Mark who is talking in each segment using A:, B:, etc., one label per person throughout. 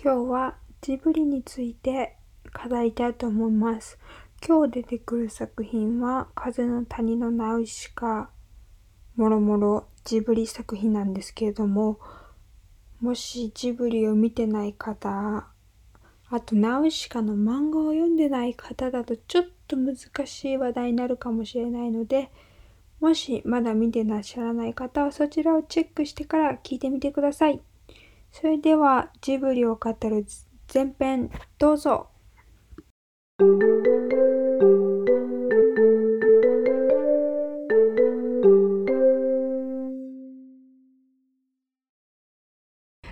A: 今日はジブリについて語りたいと思います。今日出てくる作品は「風の谷のナウシカ」もろもろジブリ作品なんですけれどももしジブリを見てない方あとナウシカの漫画を読んでない方だとちょっと難しい話題になるかもしれないのでもしまだ見てらっしゃらない方はそちらをチェックしてから聞いてみてください。それではジブリを語る前編どうぞ。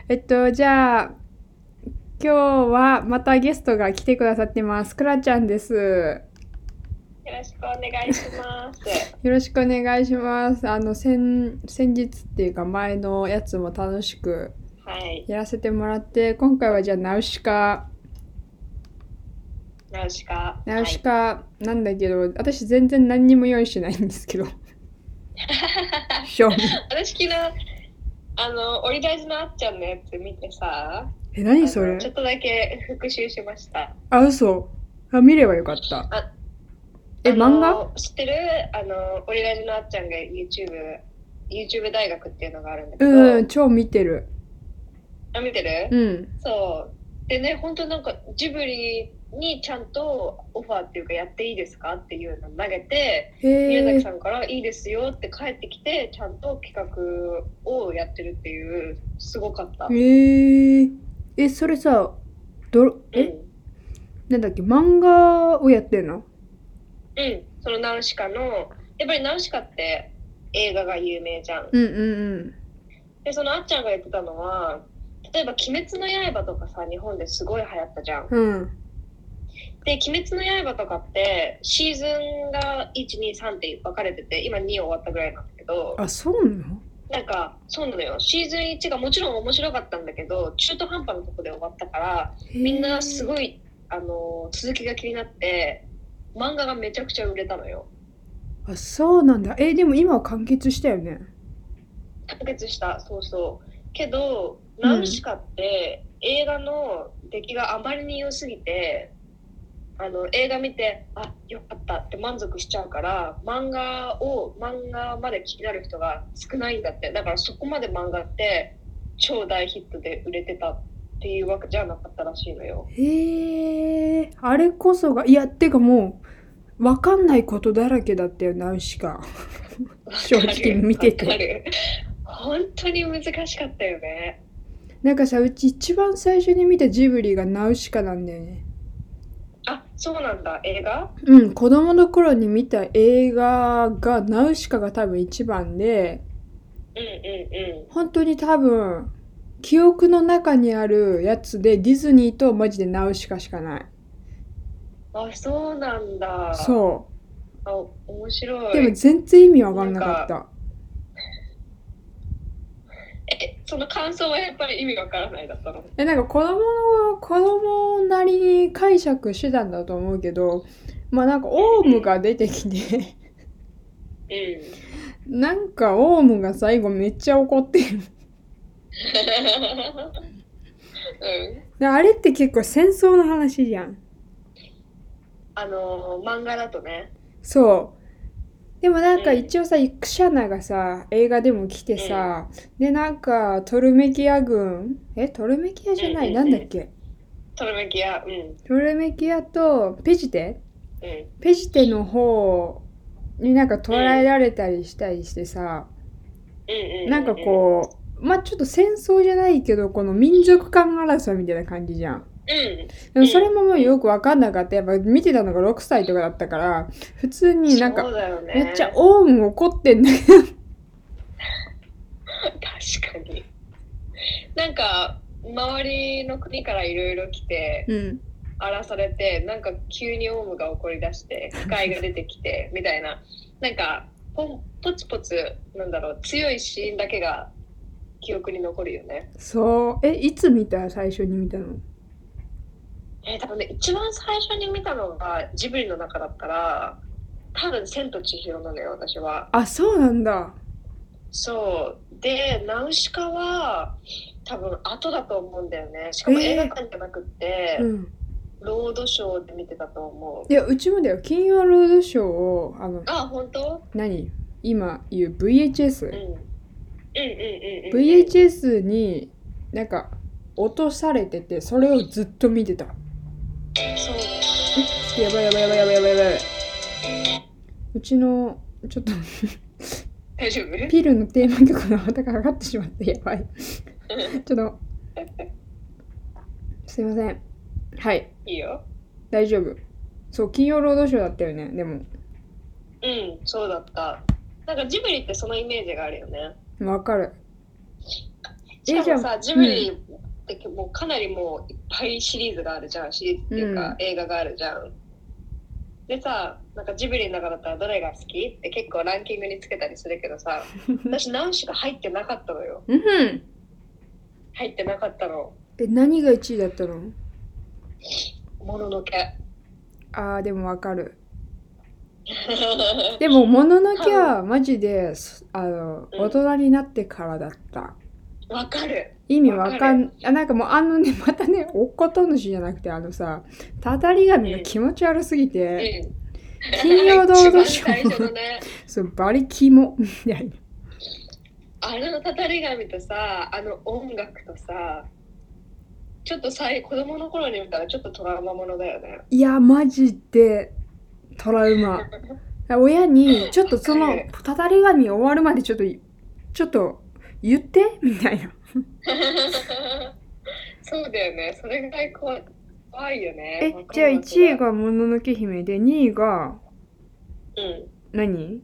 B: えっと、じゃあ、今日はまたゲストが来てくださってます。くらちゃんです。
C: よろしくお願いします。
B: よろしくお願いします。あの、先、先日っていうか前のやつも楽しく
C: はい、
B: やらせてもらって、今回はじゃあナウシカ、
C: ナウシカ。
B: ナウシカなんだけど、私全然何にも用意しないんで すけど、
C: はい、
B: 賞味。
C: 私昨日、あの、オリラジのあっちゃんのやつ見てさ、
B: え、何そ
C: あ
B: れ
C: のちょっとだけ復習しました。
B: あ、嘘。あ、見ればよかった。
C: あ
B: え、
C: あの
B: 漫画
C: 知ってるあの、オリラジのあっちゃんが YouTube、YouTube 大学っていうのがあるんだけど、
B: うん、超見てる。
C: あ、見てる、
B: うん。
C: そう。でね、本当なんかジブリにちゃんとオファーっていうかやっていいですかっていうのを投げて、宮
B: へ
C: 崎
B: え
C: さんから「いいですよ」って帰ってきてちゃんと企画をやってるっていうすごかった。
B: へえ。え、それさ、ど、
C: うん、
B: え、なんだっけ漫画をやってんの
C: うん、そのナウシカのやっぱりナウシカって映画が有名じゃん。
B: うんうん
C: でそのあっちゃんが言ってたのは例えば「鬼滅の刃」とかさ日本ですごい流行ったじゃん。
B: うんうん
C: で「鬼滅の刃」とかってシーズンが123って分かれてて今2終わったぐらいなんだけど
B: あそうなの
C: なんかそうなのよシーズン1がもちろん面白かったんだけど中途半端なとこで終わったからみんなす
B: い
C: ごい、あの続きが気になって漫画がめちゃくちゃ売れたのよ
B: あそうなんだえでも今は完結したよね
C: 完結したそうそうけど
B: うん
C: ナウシカって映画の出来があまりに良すぎてあの映画見てあよかったって満足しちゃうから漫画を漫画まで気になる人が少ないんだってだからそこまで漫画って超大ヒットで売れてたっていうわけじゃなかったらしいのよ
B: へえあれこそがいやってかもうわかんないことだらけだったよナウシカ正直見てて
C: わかる本当に難しかったよね
B: なんかさうち一番最初に見たジブリがナウシカなんだよね
C: あそうなんだ映画
B: うん子供の頃に見た映画がナウシカが多分一番で
C: うんうん
B: 本当に多分記憶の中にあるやつでディズニーとマジでナウシカしかない
C: うんあそうなんだう
B: そ
C: あ面白
B: う
C: い
B: でも全然意味わかんなかった
C: えその感想はやっぱり意味わからないだった の
B: えなんか子供の子供なりに解釈してたんだと思うけどまあなんかオウムが出てきて
C: うん
B: なんかオウムが最後めっちゃ怒ってる
C: うん
B: であれって結構戦争の話じゃん
C: あの漫画だとね
B: そうでもなんか
C: うん
B: 一応さ、クシャナがさ映画でも来てさ、でなんかトルメキア軍えトルメキアじゃな
C: うんう
B: い、
C: ん
B: な
C: うんん
B: だっけ
C: トルメキアうんうん
B: トルメキアとペジテペジテの方になんか捉えられたりしたりしてさ、
C: うんうん
B: なんかこうまあちょっと戦争じゃないけどこの民族間争いみたいな感じじゃん
C: うんうん
B: でもそれももうよく分かんなかったやっぱ見てたのが6歳とかだったから普通になん
C: そ
B: か
C: うだよね
B: めっちゃオウム怒ってんだけど
C: 確かになんか周りの国からいろいろ来て
B: うん
C: 荒らされてなんか急にオウムが怒り出して不快が出てき てみたいななんかポンポツポツなんだろう強いシーンだけが記憶に残るよね。
B: そうえいつ見た最初に見たの
C: えー、多分ね一番最初に見たのがジブリの中だったら多分「千と千尋」なのよ私は。
B: あそうなんだ
C: そうでナウシカは多分後だと思うんだよねしかも
B: えー
C: 映画館じゃなくて、
B: うん、
C: ロードショーで見てたと思う
B: いやうちもだよ金曜ロードショーをあの
C: あ本当
B: 何今言う VHS、
C: うんうんうんうんうん
B: VHS になんか落とされててそれをずっと見てた
C: そう
B: やばいやばいやばいやばいやばいやばいうちのちょっと
C: 大丈夫
B: ピルのテーマ曲の旗が上がってしまってやば いちょっとすいませんはい
C: いいよ
B: 大丈夫そう金曜ロードショーだったよねでも
C: うんそうだったなんかジブリってそのイメージがあるよね
B: わかる
C: しかも
B: じゃ
C: さジブリってもうかなりもういっぱいシリーズがあるじゃんシリーズっていうか、
B: うん
C: 映画があるじゃんでさなんかジブリの中だったらどれが好きって結構ランキングにつけたりするけど さ私ナウシカ入ってなかったのよ
B: うんうん
C: 入ってなかったの
B: え何が1位だったの
C: もののけ
B: あーでもわかるでも「もののけ」はマジでそあの
C: うん
B: 大人になってからだった
C: わかる
B: 意味わかんあなんかもうあのねま たねおっことん主じゃなくてあのさたたり神が気持ち悪すぎ
C: う
B: て、
C: ん
B: 金曜ロードショー
C: 一番最初のね
B: そうバリキモみたいな
C: あれのたたり神とさあの音楽とさちょっとさい子供の頃に見たらちょっとトラウマものだよ ね
B: いやマジでトラウマ親にちょっとその
C: わかる
B: たたり神終わるまでちょっとちょっと言ってみたいな
C: そうだよね。それぐらい怖い怖いよね。
B: え
C: わか
B: じゃあ
C: るわ
B: 1位。が「もののけ姫」で2位が
C: うん。
B: 何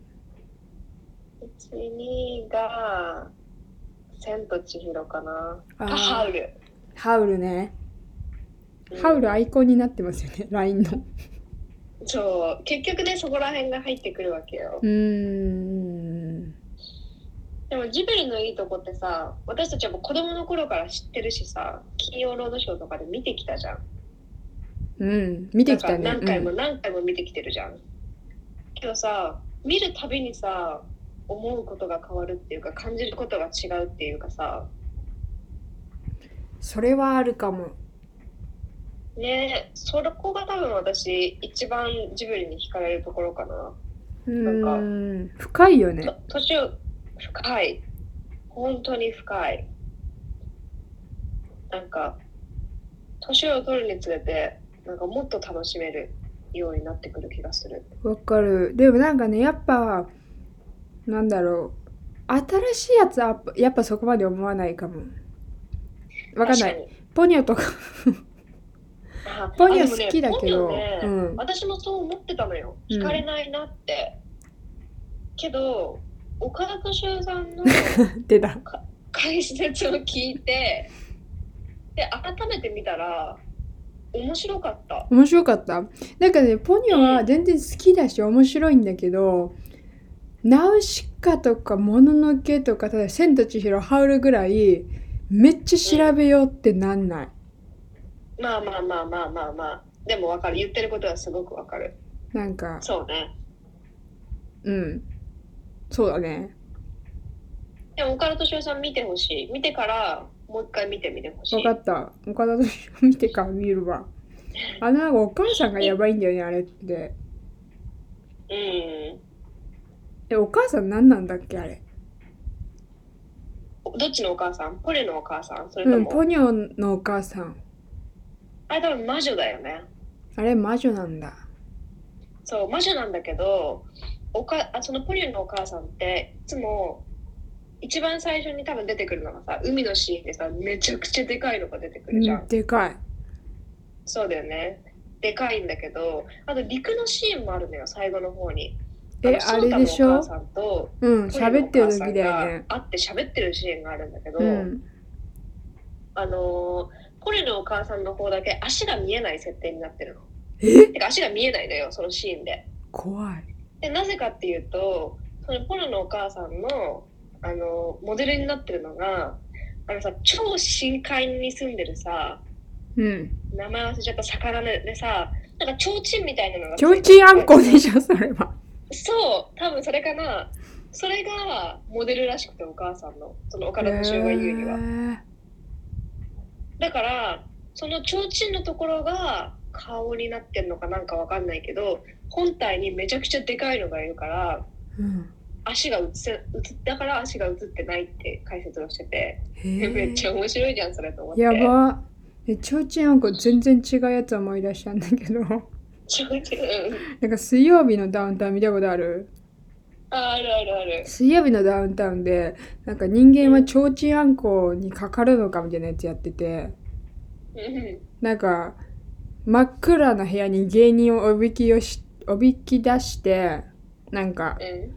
C: 1、2が、千と千尋かな。
B: あー
C: あ、ハウル。
B: ハウルね
C: うん
B: ハウルアイコンになってますよね LINE の
C: そう。結局ね、そこら辺が入ってくるわけよ。
B: うーん
C: でもジブリのいいとこってさ、私たちはもう子供の頃から知ってるしさ、金曜ロードショーとかで見てきたじゃん。
B: うん見てきたね
C: なんか何回も
B: うん
C: 何回も見てきてるじゃん。けどさ、見るたびにさ、思うことが変わるっていうか、感じることが違うっていうかさ、
B: それはあるかも
C: ねえ、そこが多分私、一番ジブリに惹かれるところかな。
B: う
C: か
B: ーん深いよね
C: と年を深い。本当に深い。なんか、年を取るにつれて、なんかもっと楽しめるようになってくる気がする。
B: わかるでもなんかねやっぱなんだろう新しいやつはやっぱそこまで思わないかもわかんない
C: 確に。
B: ポニョとか
C: あ
B: ポニョ好きだけど
C: あでもねポニョね
B: うん
C: 私もそう思ってたのよ
B: うん
C: 惹かれないなって、けど岡田敏夫さ んの
B: 出た
C: 解説を聞いてで改めて見たら面白かった
B: 面白かったなんかねポニョは全然好きだし面白いんだけどナウシカとかもののけとかただ千と千尋ハウルぐらいめっちゃ調べようってなんない、
C: まあまあまあまあまあまあでもわかる言ってることはすごくわかる
B: なんか
C: そうね
B: うんそうだね
C: でも岡田敏夫さん見てほしい見てからもう一回見てみてほしい
B: 分かった岡田敏夫見てから見るわあのなんかお母さんがやばいんだよねあれって
C: うん
B: えお母さん何なんだっけあれ
C: どっちのお母さんポレのお母さんそれと
B: うん
C: も、
B: ポニョのお母さん
C: あれ多分魔女だよね
B: あれ魔女なんだ
C: そう魔女なんだけどおかあそのポリュのお母さんっていつも一番最初に多分出てくるのがさ海のシーンでさめちゃくちゃでかいのが出てく
B: う
C: るじゃん、
B: んでかい
C: そうだよねでかいんだけどあと陸のシーンもあるのよ最後の方に
B: え
C: の
B: あれでしょ
C: ソータのお母さんと
B: うん
C: ポリュ
B: 喋
C: の
B: っ
C: お
B: てる
C: 母さ
B: 時
C: ん
B: だ
C: が
B: よね
C: 会って喋ってるシーンがあるんだけど、
B: うん
C: あのーポリュのお母さんの方だけ足が見えない設定になってるの
B: え
C: てか足が見えないのよそのシーンで
B: 怖い
C: でなぜかっていうとそのポロのお母さんのあのモデルになってるのがあのさ超深海に住んでるさ
B: うん
C: 名前忘れちゃった魚ででさなんか提灯みたいなのが
B: ちょうちんあんこでしょそれは
C: そう多分それかなそれがモデルらしくてお母さんのその岡田敏夫が言うには、だからその提灯のところが顔になってんのかなんかわかんないけど本体にめちゃくちゃでかいのがいるから
B: うん、
C: 足が映せ映だから足が映ってないって解説をしてて、
B: へえ
C: めっちゃ面白いじゃんそれと思って
B: やばえちょうちんあんこ全然違うやつ思い出したんだけど
C: ちょっとうん
B: なんか水曜日のダウンタウン見たことある
C: ああるあるある
B: 水曜日のダウンタウンでなんか人間はちょうちんあんこにかかるのかみたいなやつやってて
C: うん
B: なんか真っ暗な部屋に芸人をおびきをしおびき出してなんか、
C: うん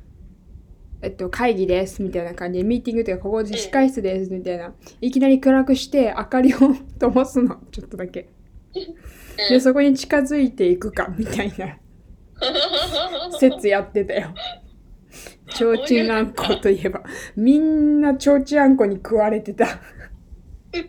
B: えっと、会議ですみたいな感じでミーティングというかここで控室ですみたいないきなり暗くして明かりを 灯すのちょっとだけでそこに近づいていくかみたいな 説やってたよ。ちょうちんあんこといえばみんなちょうちんあんこに食われてた。
C: ウケる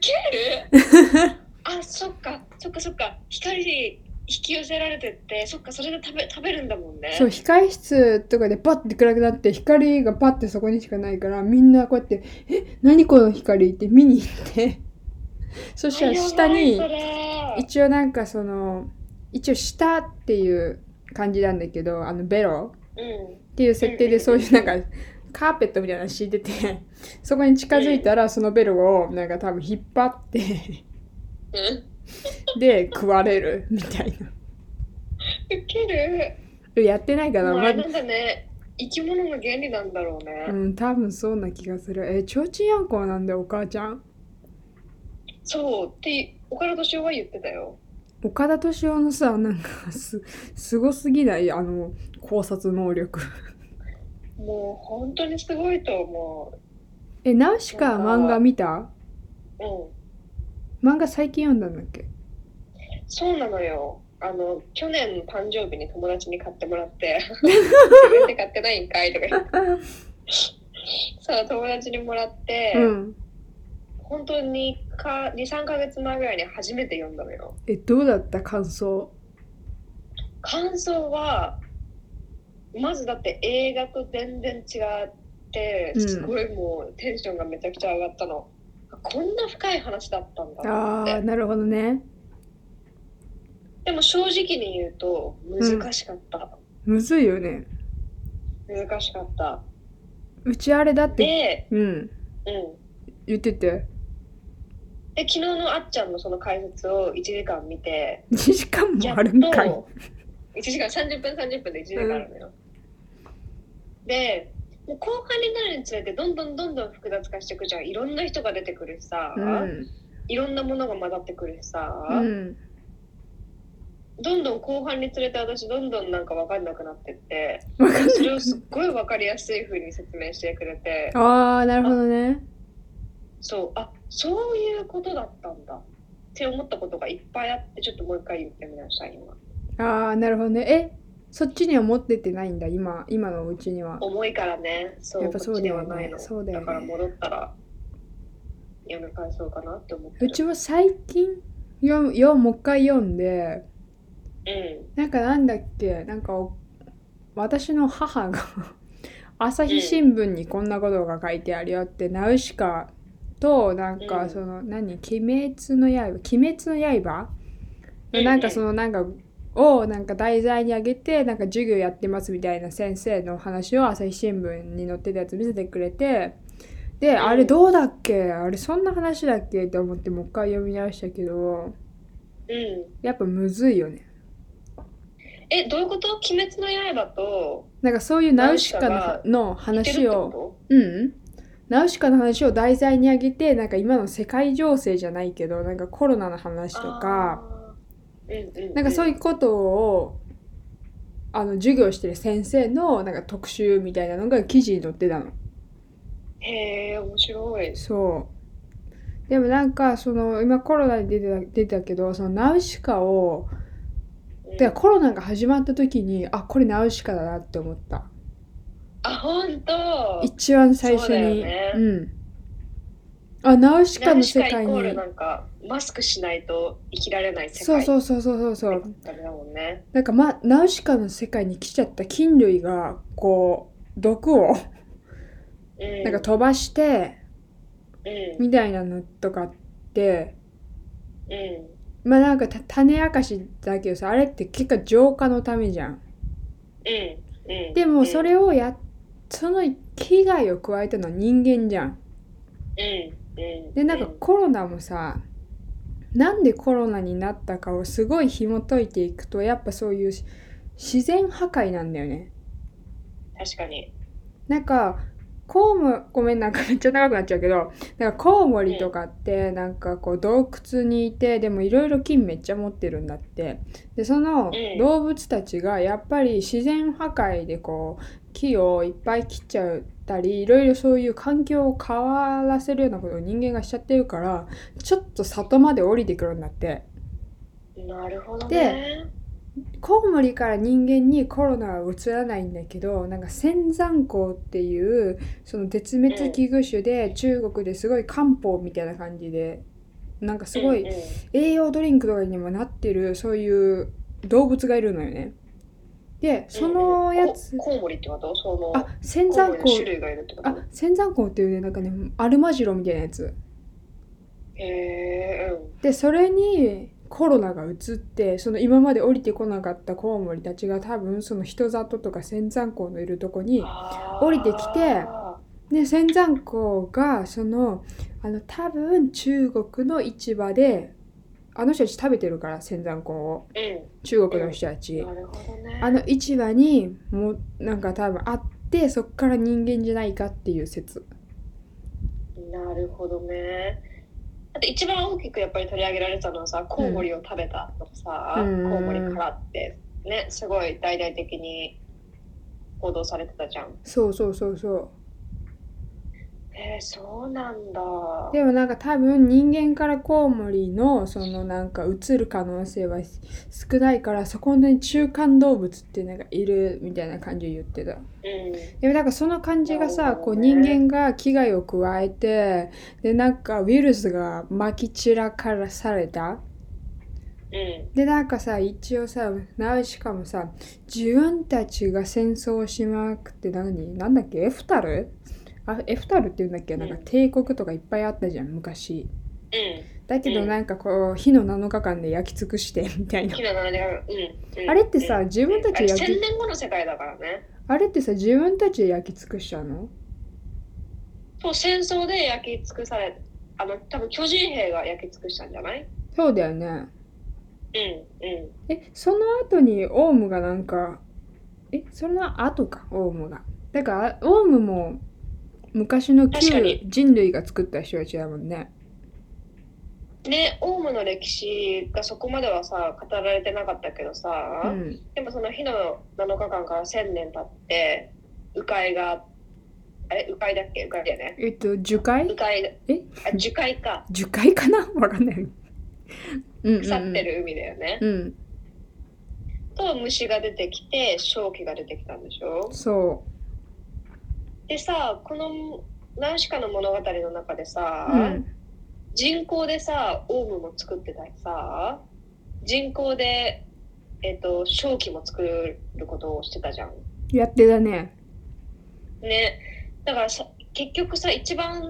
C: あそっかそっかそっか光に引き寄せられてってそっかそれで食べ食べるんだもんね
B: そう控室とかでパッて暗くなって光がパッてそこにしかないからみんなこうやって「え何この光」って見に行ってそしたら下に
C: あやばい
B: 一応なんかその一応下っていう感じなんだけどあのベロ
C: それうん
B: っていう設定でそういうなんかカーペットみたいなの敷いててそこに近づいたらそのベロをなんか多分引っ張って
C: うん
B: で食われるみたい
C: ウケる
B: な やってないかな、
C: もうあ
B: ま
C: れなんだね生き物の原理なんだろうね、
B: うん多分そうな気がするえちょうちんあんこなんだよお母ちゃん
C: そうって岡田敏夫は言ってたよ
B: 岡田敏夫のさなんかすすごすぎないあの考察能力
C: もう本当にすごいと思
B: えナウシカ漫画見た
C: ううん
B: 漫画最近読んだんだっけ
C: そうなのよあの去年の誕生日に友達に買ってもらって「自分で買ってないんかい」とか言ってそう友達にもらって、
B: うん
C: 本当にか23ヶ月前ぐらいに初めて読んだのよ
B: えどうだった感想
C: 感想はまずだって映画と全然違って
B: うん
C: すごいもうテンションがめちゃくちゃ上がったの、こんな深い話だったんだ
B: あ
C: って
B: ーなるほどね
C: でも正直に言うと難しかった、
B: むずいよね
C: 難しかった
B: うちあれだって
C: で,、
B: うん
C: うん、
B: 言ってて
C: で昨日のあっちゃんのその解説を1時間見て
B: 2時間
C: や
B: も
C: っ
B: あ
C: と
B: るんかい
C: 1時間30分30分で1時間あるのよ、でもう後半になるにつれてどんどんどんどん複雑化していくじゃんいろんな人が出てくるしさ、
B: うん
C: いろんなものが混ざってくるしさ、
B: うん
C: どんどん後半につれて私どんどんなんか分かんなくなってって
B: わかんない
C: それをすっごい分かりやすい風に説明してくれて
B: ああなるほどね
C: そうあそういうことだったんだって思ったことがいっぱいあってちょっともう一回言ってみなさい今
B: ああなるほどねえそっちには持ってってないんだ今今のうちには
C: 重いからねそう
B: やっぱそうだよね
C: こっちではないの
B: そうだよね
C: から戻ったら読み返そうかなって思って
B: う
C: る
B: ちは最近読むよもう一回読んで
C: う
B: なんかなんだっけなんかお私の母が 朝日新聞にこんなことが書いてあるよって、ナウシカとなん
C: う
B: か
C: ん
B: その、何「鬼滅の刃」「鬼滅の刃」
C: ん
B: なんかそのなんかをなんか題材にあげてなんか授業やってますみたいな先生の話を朝日新聞に載ってたやつ見せてくれてで、あれどうだっけあれそんな話だっけって思ってもう一回読み直したけど
C: うんう
B: やっぱむずいよね
C: んえどういうこと鬼滅の刃と
B: なんかそういうナウシカの
C: ナウシカが似
B: の
C: てるっ
B: 話
C: て
B: を
C: こ
B: うんナウシカの話を題材にあげてなんか今の世界情勢じゃないけどなんかコロナの話
C: と
B: とか
C: あーうんうん、
B: なんかそういうことをあの授業してる先生のなんか特集みたいなのが記事に載ってたの。
C: へえ面白い
B: そうでもなんかその今コロナに出てた出てたけどそのナウシカを
C: うん
B: でコロナが始まった時にあこれナウシカだなって思った
C: あ本当
B: 一番最初に
C: そうだよね
B: うんあナウシカ
C: ナ
B: の
C: ウシ
B: 世
C: カイコー
B: 界
C: ル
B: に
C: なんかマスクしないと生きられない世
B: そう
C: 界
B: そうそうそうそうそう
C: だったんだもんね
B: なんか、ま、ナウシカの世界に来ちゃった菌類がこう毒を
C: うん
B: なんか飛ばして
C: うん
B: みたいなのとかって
C: うん
B: まあなんかた種明かしだけどさあれって結果浄化のためじゃん。
C: うんうん
B: でもそれをやその危害を加えたのは人間じゃん。
C: うんうん
B: でなんか
C: う
B: コロナもさなんでコロナになったかをすごい紐解いていくとやっぱそういうし自然破壊なんだよね。
C: 確かに
B: なんかコウモごめんなんかめっちゃ長くなっちゃうけどなんかコウモリとかってなんかこう洞窟にいてでもいろいろ菌めっちゃ持ってるんだってでそ
C: う
B: の
C: ん
B: 動物たちがやっぱり自然破壊でこう木をいっぱい切っちゃったりいろいろそういう環境を変わらせるようなことを人間がしちゃってるからちょっと里まで降りてくるんだって
C: なるほどね
B: コウモリから人間にコロナはうつらないんだけどなんか仙山香っていうその絶滅危惧種で中国ですごい漢方みたいな感じでなんかすご
C: うん
B: い
C: うん
B: 栄養ドリンクとかにもなってるそういう動物がいるのよね。でそのやつ
C: ココウモリってことその
B: あ仙
C: コウモ
B: 山
C: リの種
B: 香
C: 類がいるってこと
B: あ仙山香っていうねなんかねアルマジロみたいなやつ。
C: へえ
B: でそれにコロナがうつってその今まで降りてこなかったコウモリたちが多分その人里とか仙山港のいるとこ
C: う
B: に
C: ん
B: 降りてきてで仙山港がそのあの多分中国の市場であの人たち食べてるから仙山港を
C: う
B: 中国の人たち
C: んなるほどね
B: あの市場にもうなんか多分あってそっから人間じゃないかっていう説
C: なるほどねあと一番大きくやっぱり取り上げられたのはさコウモリを食べたとかさ、
B: うん
C: コウモリからってねすごい大々的に報道されてたじゃん
B: そうそうそうそう
C: へえそうなんだ
B: でもなんか多分人間からコウモリのそのなんか移る可能性は少ないからそこに中間動物っていうのがいるみたいな感じを言ってたでもなんかその感じが
C: な
B: さ
C: る
B: こ
C: ほ
B: う
C: どね
B: 人間が危害を加えてでなんかウイルスがまき散らからされた
C: うんうん
B: でなんかさ一応さナウシカもさ自分たちが戦争をしまくって何なんだっけエフタルあエフタルって言うんだっけなんか
C: うん
B: 帝国とかいっぱいあったじゃん昔。
C: う
B: だけど
C: うん
B: なんかこう火の7日間で焼き尽くして みたい
C: ん
B: な
C: 木の七年うん、うん、
B: あれってさ自分たち
C: や
B: 焼き
C: 1000年後の世界だからね
B: あれってさ自分たちで焼き尽くしちゃうの
C: そう戦争で焼き尽くされあの多分巨人兵が焼き尽くしたんじゃない
B: そうだよね
C: うんうん
B: えその後にオウムがなんかえその後かオウムがだからオウムも昔の
C: 確か
B: 旧
C: に
B: 人類が作った人たちだもんね
C: ね、オウムの歴史がそこまではさ語られてなかったけどさ、
B: うん
C: でもその日の7日間から1000年経って迂回があれ迂回だっけ迂回だよね
B: えっと樹
C: 迂
B: 海
C: 回
B: え
C: あ樹海か
B: 樹海かな わかんないうんうんうん
C: 腐ってる海だよね、
B: うん
C: と虫が出てきて瘴気が出てきたんでしょ
B: そ
C: でさこのナウシカの物語の中でさ、
B: ううん
C: 人工でさオウムも作ってたりさ人工でえっ、と瘴気も作ることをしてたじゃん
B: やってたね
C: ねだからさ結局さ一番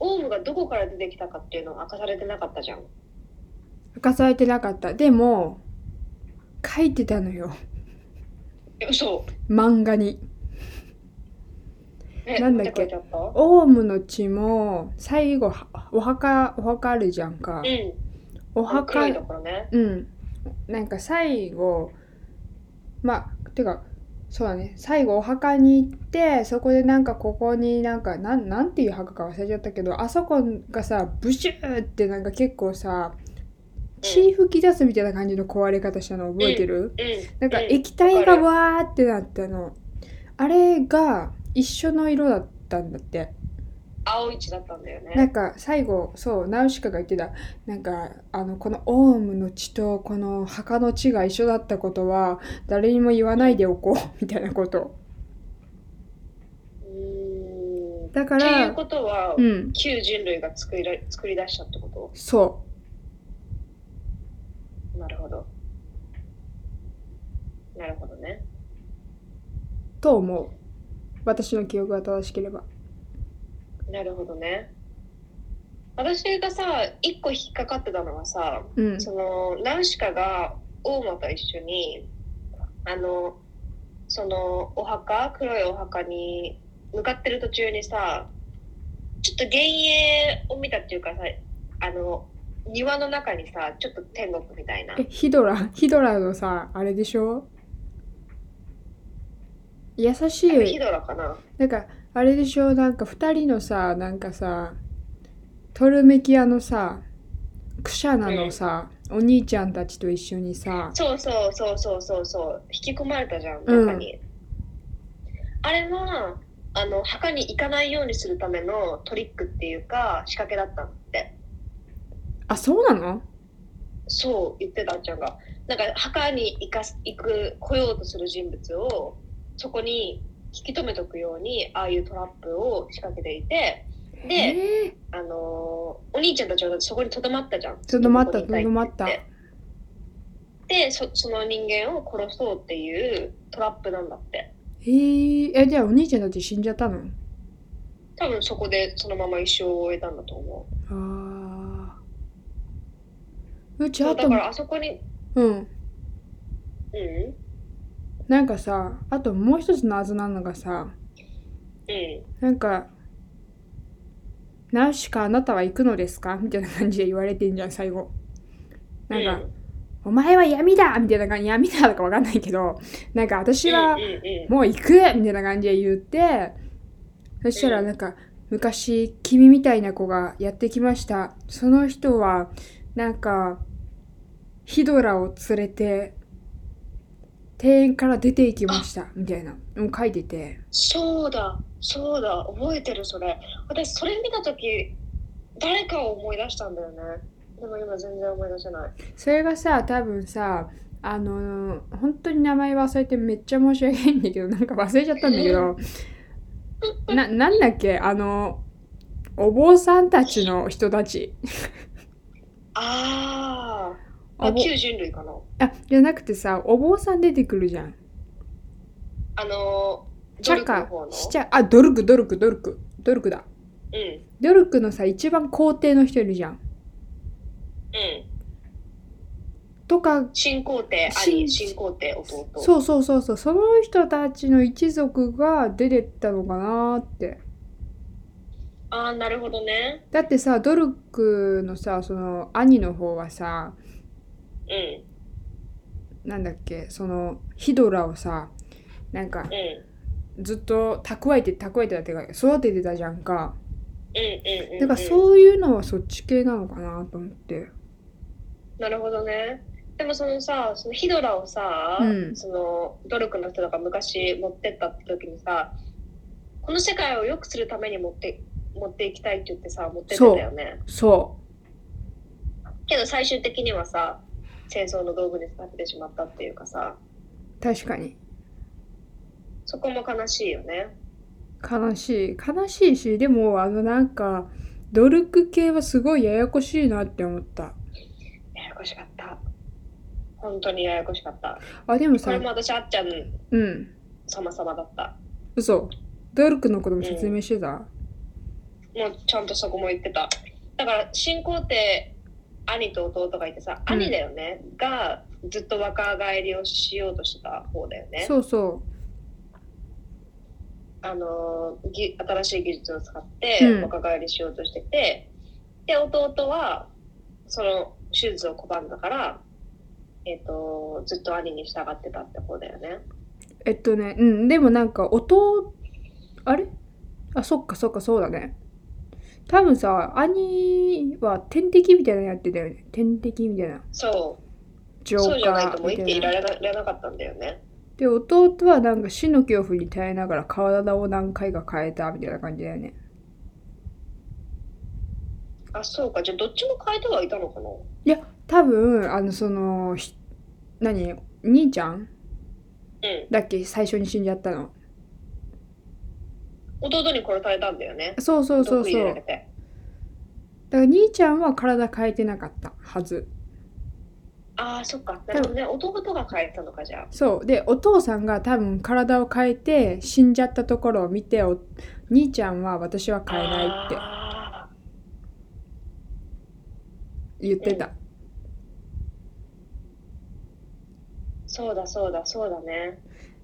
C: オウムがどこから出てきたかっていうのは明かされてなかったじゃん
B: 明かされてなかったでも書いてたのよ
C: え嘘
B: 漫画に
C: え
B: なんだっけ
C: て書いてあったう
B: オウムの血も最後はお墓お墓あるじゃんか
C: ん
B: お
C: あの
B: 墓
C: 黒いところね
B: うんなんか最後まあてかそうだね最後お墓に行ってそこでなんかここになんかなんなんていう墓か忘れちゃったけどあそこがさブシューってなんか結構さ血吹き出すみたいな感じの壊れ方したの覚えてる、
C: うん
B: なんか
C: う
B: 液体が
C: わかる
B: わーってなったの。あれが一緒の色だったんだって。
C: 青い血だったんだよね
B: なんか最後、そう、ナウシカが言ってた、なんか、あの、このオウムの血とこの墓の血が一緒だったことは、誰にも言わないでおこう、 みたいなこと。
C: うーんっ
B: だか
C: てい
B: ら
C: う、ことは、
B: うん、
C: 旧人類が作りら作り出したってこ
B: そ
C: となるほどなるほどね
B: う、と思う。私の記憶が正しければ。
C: なるほどね。私がさ、一個引っかかってたのはさ、
B: うん
C: そのナウシカが大間と一緒にあのそのお墓黒いお墓に向かってる途中にさちょっと幻影を見たっていうかさあの庭の中にさちょっと天国みたいな
B: えヒドラヒドラのさあれでしょ優し
C: あれヒ
B: い
C: ドラかな
B: なんかあれでしょなんか2人のさなんかさトルメキアのさクシャナのさ、お兄ちゃんたちと一緒にさ
C: そうそうそうそうそうそう引き込まれたじゃん
B: うん
C: 中に、あれはあの墓に行かないようにするためのトリックっていうか仕掛けだったんだって
B: あそうなの
C: そう言ってたあっちゃんがなんか墓に行かす行く来ようとする人物をそこに引き止めとくようにああいうトラップを仕掛けていてで、
B: え
C: あのーお兄ちゃんたちはそこにとどまったじゃん
B: ー、とどまっ
C: そ
B: たと
C: こにいい
B: どまった
C: って言ってでそその人間を殺そうっていうトラップなんだって
B: えー、えじゃあお兄ちゃんたち死んじゃったの
C: 多分そこでそのまま一生を終えたんだと思う
B: あーうち
C: そ
B: あ
C: う
B: と
C: だからあそこに
B: うん
C: うん
B: なんかさあともう一つ謎なのがさ
C: うん
B: なんか「ナウシカあなたは行くのですか?」みたいな感じで言われてんじゃん最後なんか、
C: うん
B: お前は闇だ!」みたいな感じ闇だとかわかんないけどなんか私は
C: うんうんうん
B: もう行くみたいな感じで言って、そしたらなんか、昔、君みたいな子がやってきました。その人は、なんか、ヒドラを連れて、庭園から出て行きました。みたいな。うん、書いてて。
C: そうだ、そうだ、覚えてるそれ。私それ見たとき、誰かを思い出したんだよね。でも今全然思い出せない。
B: それがさ、多分さ、あのー本当に名前忘れてめっちゃ申し訳ないんだけど、なんか忘れちゃったんだけど、な、なんだっけあの、お坊さんたちの人たち。
C: あー、
B: お
C: あ、
B: 坊
C: 旧人類かな。
B: あじゃなくてさお坊さん出てくるじゃん
C: あのー、
B: チャ
C: ドル
B: カ
C: クの方の
B: しちゃあドルクドルクドルクドルクだ
C: うん、う
B: ドルクのさ一番皇帝の人いるじゃん
C: ん。
B: とか
C: 新皇帝、
B: 新
C: 兄、新皇帝、弟。
B: そうそうそうそうその人たちの一族が出てったのかなって
C: あー、なるほどね。
B: だってさドルクのさその兄の方はさ
C: うん、
B: なんだっけそのヒドラをさなんか
C: うん、うん、
B: ずっと蓄えて蓄えてたってか育ててたじゃんか
C: うん、うん。
B: だから
C: うん。
B: そういうのはそっち系なのかなと思って
C: なるほどね。でもそのさ、そのヒドラをさ、
B: うん
C: そのドルクの人とか昔持ってったって時にさ、この世界を良くするために持って持っていきたいって言ってさ、持ってってたよね。
B: そう
C: けど最終的にはさ、戦争の道具に使ってしまったっていうかさ、
B: 確かに
C: そこも悲しいよね。
B: 悲しい悲しいしでもあのなんかドルク系はすごいややこしいなって思った
C: ややこしかった。本当にややこしかった。
B: あでも
C: こ
B: さ
C: れも私、あっちゃん
B: うん
C: 様々だった。
B: 嘘ドルクのことも説明してた、
C: もうちゃんとそこも言ってた。だから新皇帝兄と弟がいてさ、
B: うん
C: 兄だよね、がずっと若返りをしようとしてた方だよね。
B: そうそ
C: あのーぎ新しい技術を使っ
B: う
C: て
B: ん
C: 若返りしようとしてて、で弟はその手術を拒んだから、えっ、とずっと兄に従ってたって方だよね。
B: うえっとねうんでもなんか弟あれあそっかそっかそうだね多分さ兄は天敵みたいなのやってたよね天敵みたいな
C: そ
B: ジ
C: う、
B: ョ
C: そう
B: ー
C: じゃ
B: カ
C: ないと
B: ー
C: もう生
B: みた
C: きて
B: い
C: いら
B: な
C: れなれなかったんだよね。
B: で弟はなんか死の恐怖に耐えながら体を何回か変えたみたいな感じだよね
C: あ、そうか、じゃあどっちも変えてはいたのかな。
B: 多分あのそのひ何兄ちゃん
C: うん、
B: だっけ最初に死んじゃったの
C: 弟に殺されたんだよね。
B: そうそうそう
C: 毒
B: そ
C: 入
B: う
C: れら
B: だ
C: れ
B: か
C: て
B: ら兄ちゃんは体変えてなかったはず
C: ああ、そっか。なるほどね。弟が変えたのか、じゃあ。
B: そうでお父さんが多分体を変えて死んじゃったところを見てお兄ちゃんは私は変えないって
C: あ
B: 言ってた、
C: ーそうだ、そうだ、そうだね。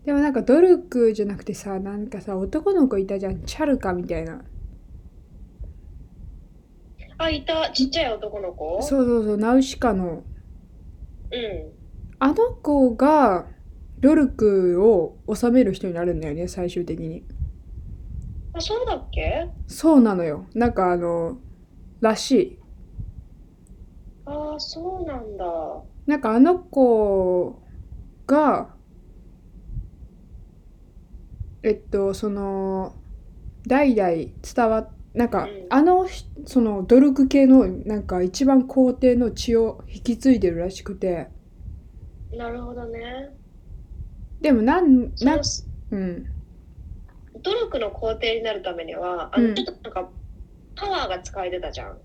B: でもなんか努力じゃなくてさなんかさ男の子いたじゃんチャルカみたいな
C: あ、いた。ちっちゃい男の子
B: そうそうそうナウシカの
C: うん。
B: あの子が努力を収める人になるんだよね最終的に
C: あ、そうだっけ
B: そうなのよなんかあのらしい
C: ああ、そうなんだ。
B: なんかあの子がえっとその代々伝わっなんか、
C: うん
B: あのひその努力系のなんか一番皇帝の血を引き継いでるらしくて
C: なるほどね。
B: でもなん
C: そ
B: な
C: の
B: んうん
C: 努力の工程になるためには、あ
B: う
C: の
B: ん
C: ちょっとなんか、パワーが使えてたじゃん。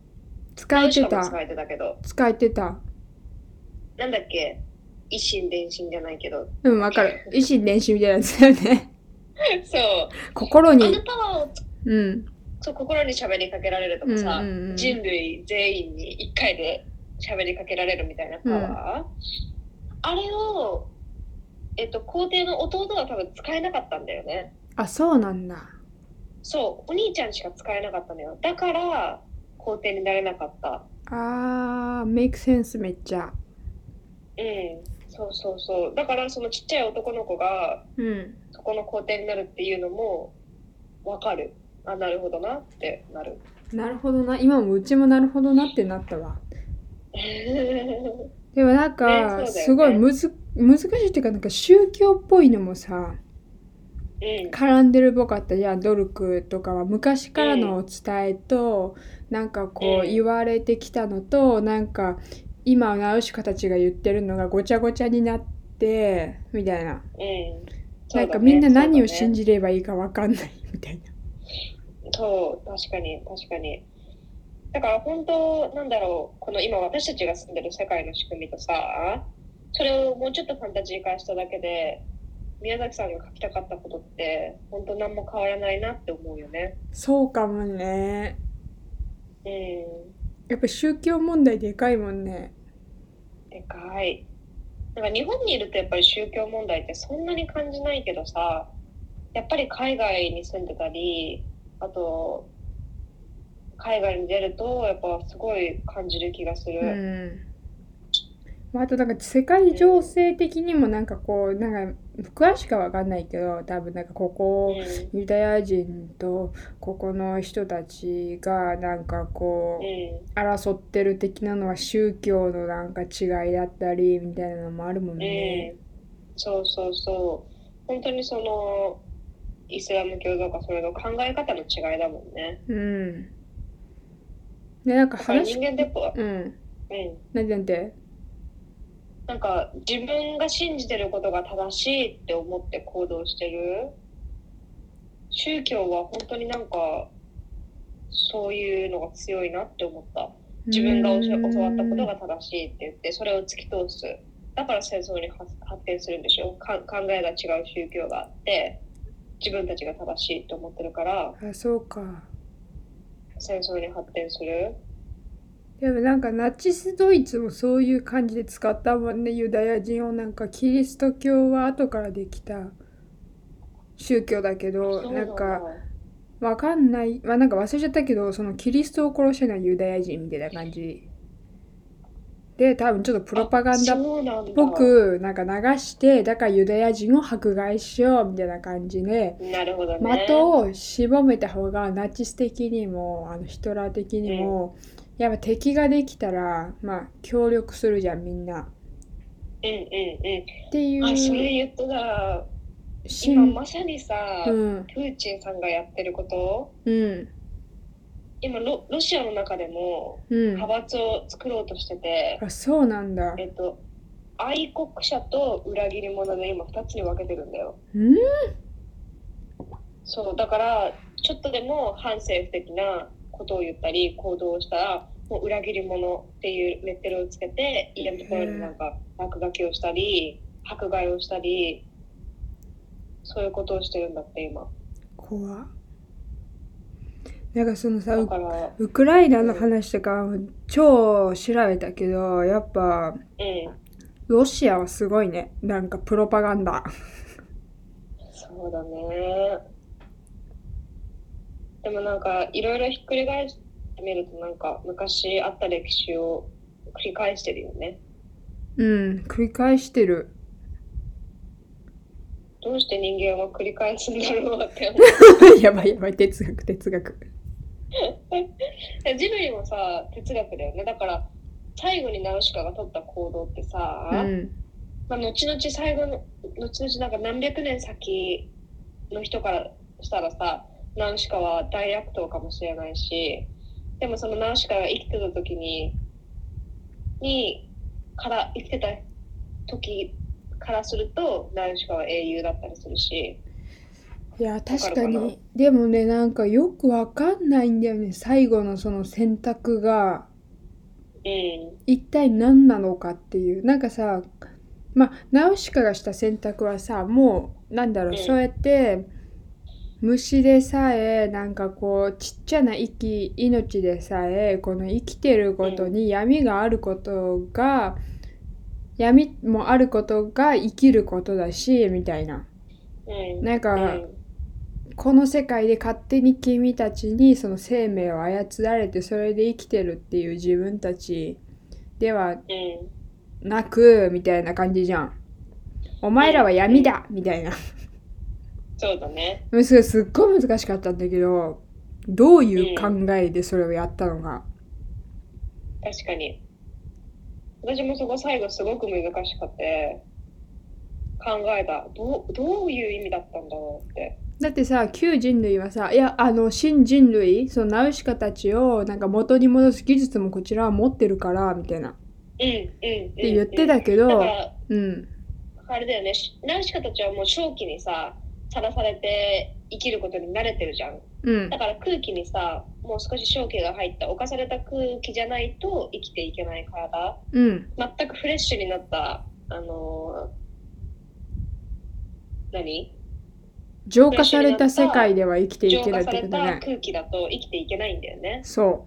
B: 使えて
C: ナウシカも
B: た
C: 使えてたけど、
B: 使えてた
C: なんだっけ一心伝心じゃないけど。
B: うんわかる維心伝心みたいなやつだよね
C: そう。
B: 心
C: あ
B: に
C: のパワーを
B: うん
C: そう心に喋りかけられると
B: うんう
C: か
B: ん
C: さ、
B: うん
C: 人類全員に一回で喋りかけられるみたいなパワー、あれを、えっと、皇帝の弟は多分使えなかったんだよね
B: あそうなんだ
C: そうお兄ちゃんしか使えなかったのよだから皇帝になれなかった
B: あーメイクセンスめっちゃ
C: うんそうそうそうだからそのちっちゃい男の子が
B: うん
C: そこの皇帝になるっていうのもわかるあなるほどなってなる
B: なるほどな今もうちもなるほどなってなったわでもな
C: ねそう
B: んか、
C: だよね
B: すごいむず難しいっていうかなんか宗教っぽいのもさ
C: うん
B: 絡んでるっぽかったじゃん努力とかは昔からの伝えと、なんかこう
C: うん
B: 言われてきたのと、なんか今ナウシカたちが言ってるのがごちゃごちゃになってみたいな、
C: うんそうだね
B: なんかみんな何を
C: そうだね
B: 信じればいいかわかんないみたいな
C: そう、確かに、確かに。だから本当、なんだろう、この今私たちが住んでる世界の仕組みとさ、それをもうちょっとファンタジー化しただけで、宮崎さんが書きたかったことって、本当何も変わらないなって思うよね。
B: そうかもね
C: うん、
B: やっぱ宗教問題でかいもんね
C: でかい。なんか日本にいるとやっぱり宗教問題ってそんなに感じないけどさ、やっぱり海外に住んでたり、あと、海外に出るとやっぱすごい感じる気がする。
B: うんまあ、あとなんか世界情勢的にもなんかこうなんか詳しくは分かんないけど多分なんかここ
C: うん
B: ユダヤ人とここの人たちがなんかこう
C: う
B: 争ってる的なのは宗教のなんか違いだったりみたいなのもあるもん
C: ん、
B: ね
C: う。ん、そうそうそう本当にそのイスラム教とかそれの考え方の違いだもんね
B: うん。でなんか
C: だから
B: 話
C: 人間ってやっぱ
B: うん。
C: うん
B: なんてなんて
C: なんか自分が信じてることが正しいって思って行動してる宗教は本当になんかそういうのが強いなって思った自分がおし教わったことが正しいって言ってそれを突き通すだから戦争に発発展するんでしょか考えが違う宗教があって自分たちが正しいと思ってるから
B: うんあそうか。
C: 戦争に発展する
B: でもなんかナチスドイツもそういう感じで使ったもんねユダヤ人をなんかキリスト教は後からできた宗教だけど
C: そう
B: な
C: だ
B: んかわかんない、まあ、なんか忘れちゃったけどそのキリストを殺したのはユダヤ人みたいな感じで多分ちょっとプロパガンダっ
C: そうなんだ
B: ぽくなんか流してだからユダヤ人を迫害しようみたいな感じで
C: なるほどね
B: 的を絞めた方がナチス的にもあのヒトラー的にも、やっぱ敵ができたらまあ協力するじゃんみんな
C: うんうん
B: ってい
C: うんあそうれ言ってた
B: し
C: 今
B: ん
C: まさにさ、
B: うん
C: プーチンさんがやってること
B: うん
C: 今ロロシアの中でも
B: うん
C: 派閥を作ろうとしてて、
B: あそうなんだ
C: えっと、愛国者と裏切り者で今2つに分けてるんだよ。
B: うん
C: そうだからちょっとでも反政府的なことを言ったり行動をしたらもう裏切り者っていうレッテルをつけて家のところになんか落書きをしたり迫害をしたりそういうことをしてるんだって今
B: 怖っなんかそのさ
C: だ
B: ウ
C: から
B: ウクライナの話とか超調べたけどやっぱ
C: うん
B: ロシアはすごいねなんかプロパガンダ
C: そうだねでもなんかいろいろひっくり返してみるとなんか昔あった歴史を繰り返してるよね
B: うん繰り返してる
C: どうして人間は繰り返すんだろう って思う
B: やばいやばい、哲学、哲学。
C: でジブリもさ哲学だよねだから最後にナウシカが取った行動ってさ、
B: うん。
C: まあ、後々最後の後々なんか何百年先の人からしたらさナウシカは大悪党かもしれないしでもそのナウシカが生きてた時ににから生きてた時からするとナウシカは英雄だったりするし
B: いや、
C: かるか
B: 確
C: な
B: かに。でもね、なんかよくわかんないんだよね。最後のその選択が、
C: うん
B: 一体何なのかっていう。なんかさ、まあ、ナウシカがした選択はさ、もう、なんだ
C: う
B: ろう、
C: ん
B: そうやって、虫でさえ、なんかこう、ちっちゃな息、命でさえ、この生きてることに闇があることが、闇もあることが生きることだし、みたいな。
C: うん
B: なんか、
C: うん
B: この世界で勝手に君たちにその生命を操られてそれで生きてるっていう自分たちでは
C: うん
B: なくみたいな感じじゃん。お前らは闇だみたいな。
C: そうだね
B: うんそれすっごい難しかったんだけどどういう考えでそれをやったのか。
C: 確かに私もそこ最後すごく難しくて考えたどうどういう意味だったんだろうって
B: だってさ旧人類はさいやあの新人類そのナウシカたちをなんか元に戻す技術もこちらは持ってるからみたいなっ
C: うんうんうんって
B: 言ってたけ
C: だか
B: ど
C: ら
B: うん
C: あれだよねしナウシカたちはもう正気にささらされて生きることに慣れてるじゃん
B: うん
C: だから空気にさもう少し正気が入った侵された空気じゃないと生きていけない体
B: うん
C: 全くフレッシュになったあのー何
B: 浄化された世界では生きてい
C: 浄
B: けな
C: 化さ
B: いって
C: れ
B: こと
C: た
B: ね。
C: 空気だと生きていけないんだよね。
B: そ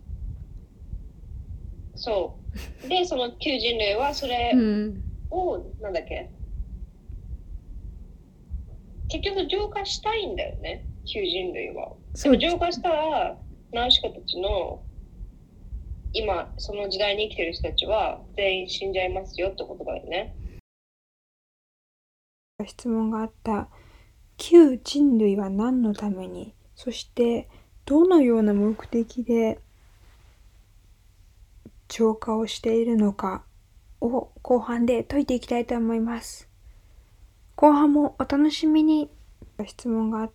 C: そう。で、その旧人類はそれ
B: う。うん。
C: を、なんだっけ結局浄化したいんだよね、旧人類は。で
B: そ
C: も
B: う。
C: 浄化したら、ナウシカたちの、今、その時代に生きてる人たちは全員死んじゃいますよってことだよね。
A: 質問があった旧人類は何のためにそしてどのような目的で浄化をしているのかを後半で解いていきたいと思います後半もお楽しみに質問があっ